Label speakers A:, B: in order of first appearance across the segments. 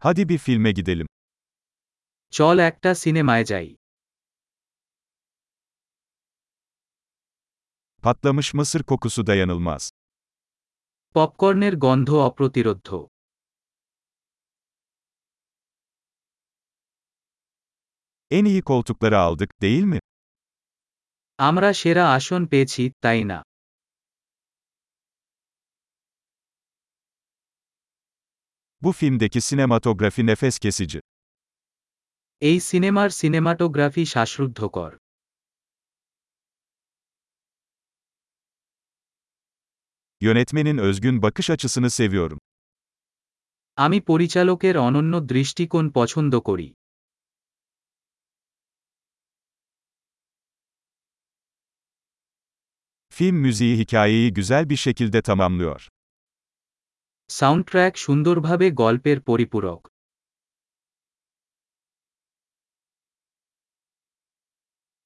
A: Hadi bir filme gidelim.
B: চল একটা সিনেমায় যাই
A: Patlamış mısır kokusu dayanılmaz.
B: পপকর্নের গন্ধ অপ্রতিরোধ্য
A: En iyi koltukları aldık, değil mi?
B: আমরা সেরা আসন পেয়েছি তাই না
A: Bu filmdeki sinematografi nefes kesici.
B: এই সিনেমার সিনেমাটোগ্রাফি শ্বাসরুদ্ধকর
A: Yönetmenin özgün bakış açısını seviyorum.
B: আমি পরিচালকের অনন্য দৃষ্টিকোণ পছন্দ করি
A: Film müziği hikayeyi güzel bir şekilde tamamlıyor.
B: Soundtrack সুন্দরভাবে গল্পের পরিপূরক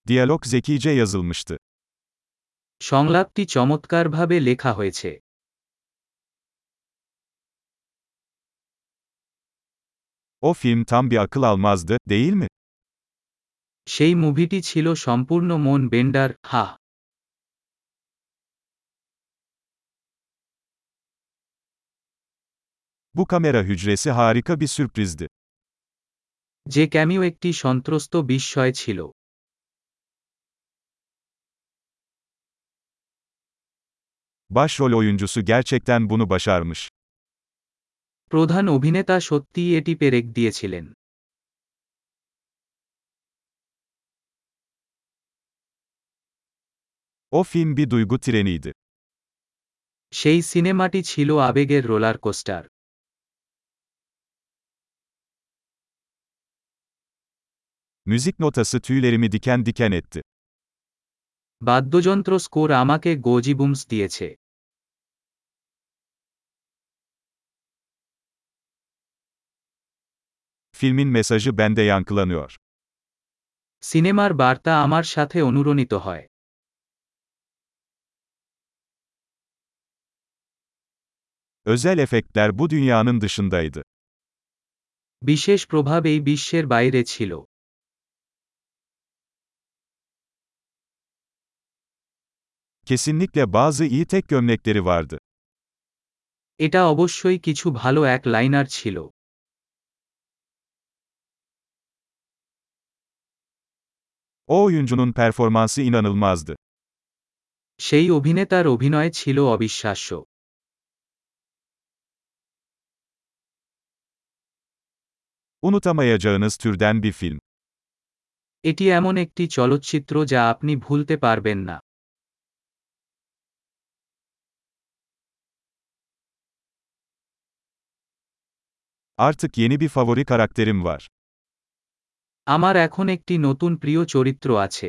A: Diyalog zekice yazılmıştı.
B: সংলাপটি চমৎকারভাবে লেখা হয়েছে
A: O film tam bir akıl almazdı, değil mi?
B: সেই মুভিটি ছিল সম্পূর্ণ মন বেন্ডার হা
A: Bu kamera hücresi harika bir sürprizdi.
B: যে ক্যামিও একটি সন্ত্রস্ত বিস্ময় ছিল
A: Başrol oyuncusu gerçekten bunu başarmış.
B: প্রধান অভিনেতা সত্যিই এটি পেরেক দিয়েছিলেন
A: O film bir duygu treniydi.
B: সেই সিনেমাটি ছিল আবেগের roller coaster
A: Müzik notası tüylerimi diken diken etti.
B: বাদ্যযন্ত্র স্কোর আমাকে গোজিবুমস দিয়েছে
A: Filmin mesajı bende yankılanıyor.
B: সিনেমার বার্তা আমার সাথে অনুরণিত হয়
A: Özel efektler bu dünyanın dışındaydı.
B: বিশেষ প্রভাব এই বিশ্বের বাইরে ছিল
A: Kesinlikle bazı iyi tek gömlekleri vardı.
B: এটা অবশ্যই কিছু ভালো এক লাইনার ছিল
A: O oyuncunun performansı inanılmazdı.
B: সেই অভিনেতার অভিনয় ছিল অবিশ্বাস্য
A: Unutamayacağınız türden bir film.
B: এটি এমন একটি চলচ্চিত্র যা আপনি ভুলতে পারবেন না
A: Artık yeni bir favori karakterim var.
B: আমার এখন একটি নতুন প্রিয় চরিত্র আছে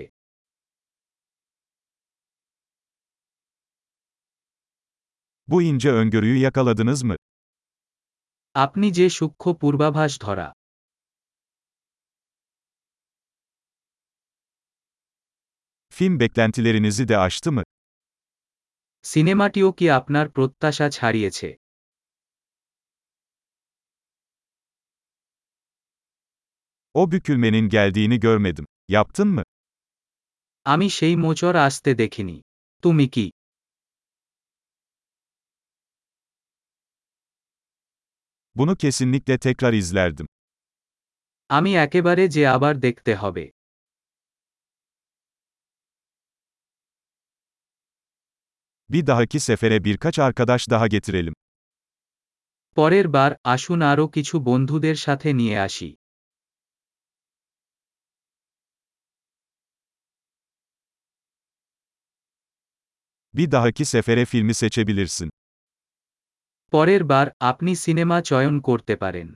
A: Bu ince öngörüyü yakaladınız mı?
B: আপনি যে সূক্ষ্ম পূর্বাভাস ধরা
A: Film beklentilerinizi de aştı mı?
B: সিনেমাটিও কি আপনার প্রত্যাশা ছাড়িয়েছে
A: O bükülmenin geldiğini görmedim. Yaptın mı?
B: আমি সেই মোচর আসতে দেখিনি তুমি কি
A: Bunu kesinlikle tekrar izlerdim.
B: আমি একেবারে যে আবার দেখতে হবে
A: Bir dahaki sefere birkaç arkadaş daha getirelim.
B: পরের বার আসুন আরও কিছু বন্ধুদের সাথে নিয়ে আসি
A: Bir dahaki sefere filmi seçebilirsin.
B: পরের বার আপনি সিনেমা চয়ন করতে পারেন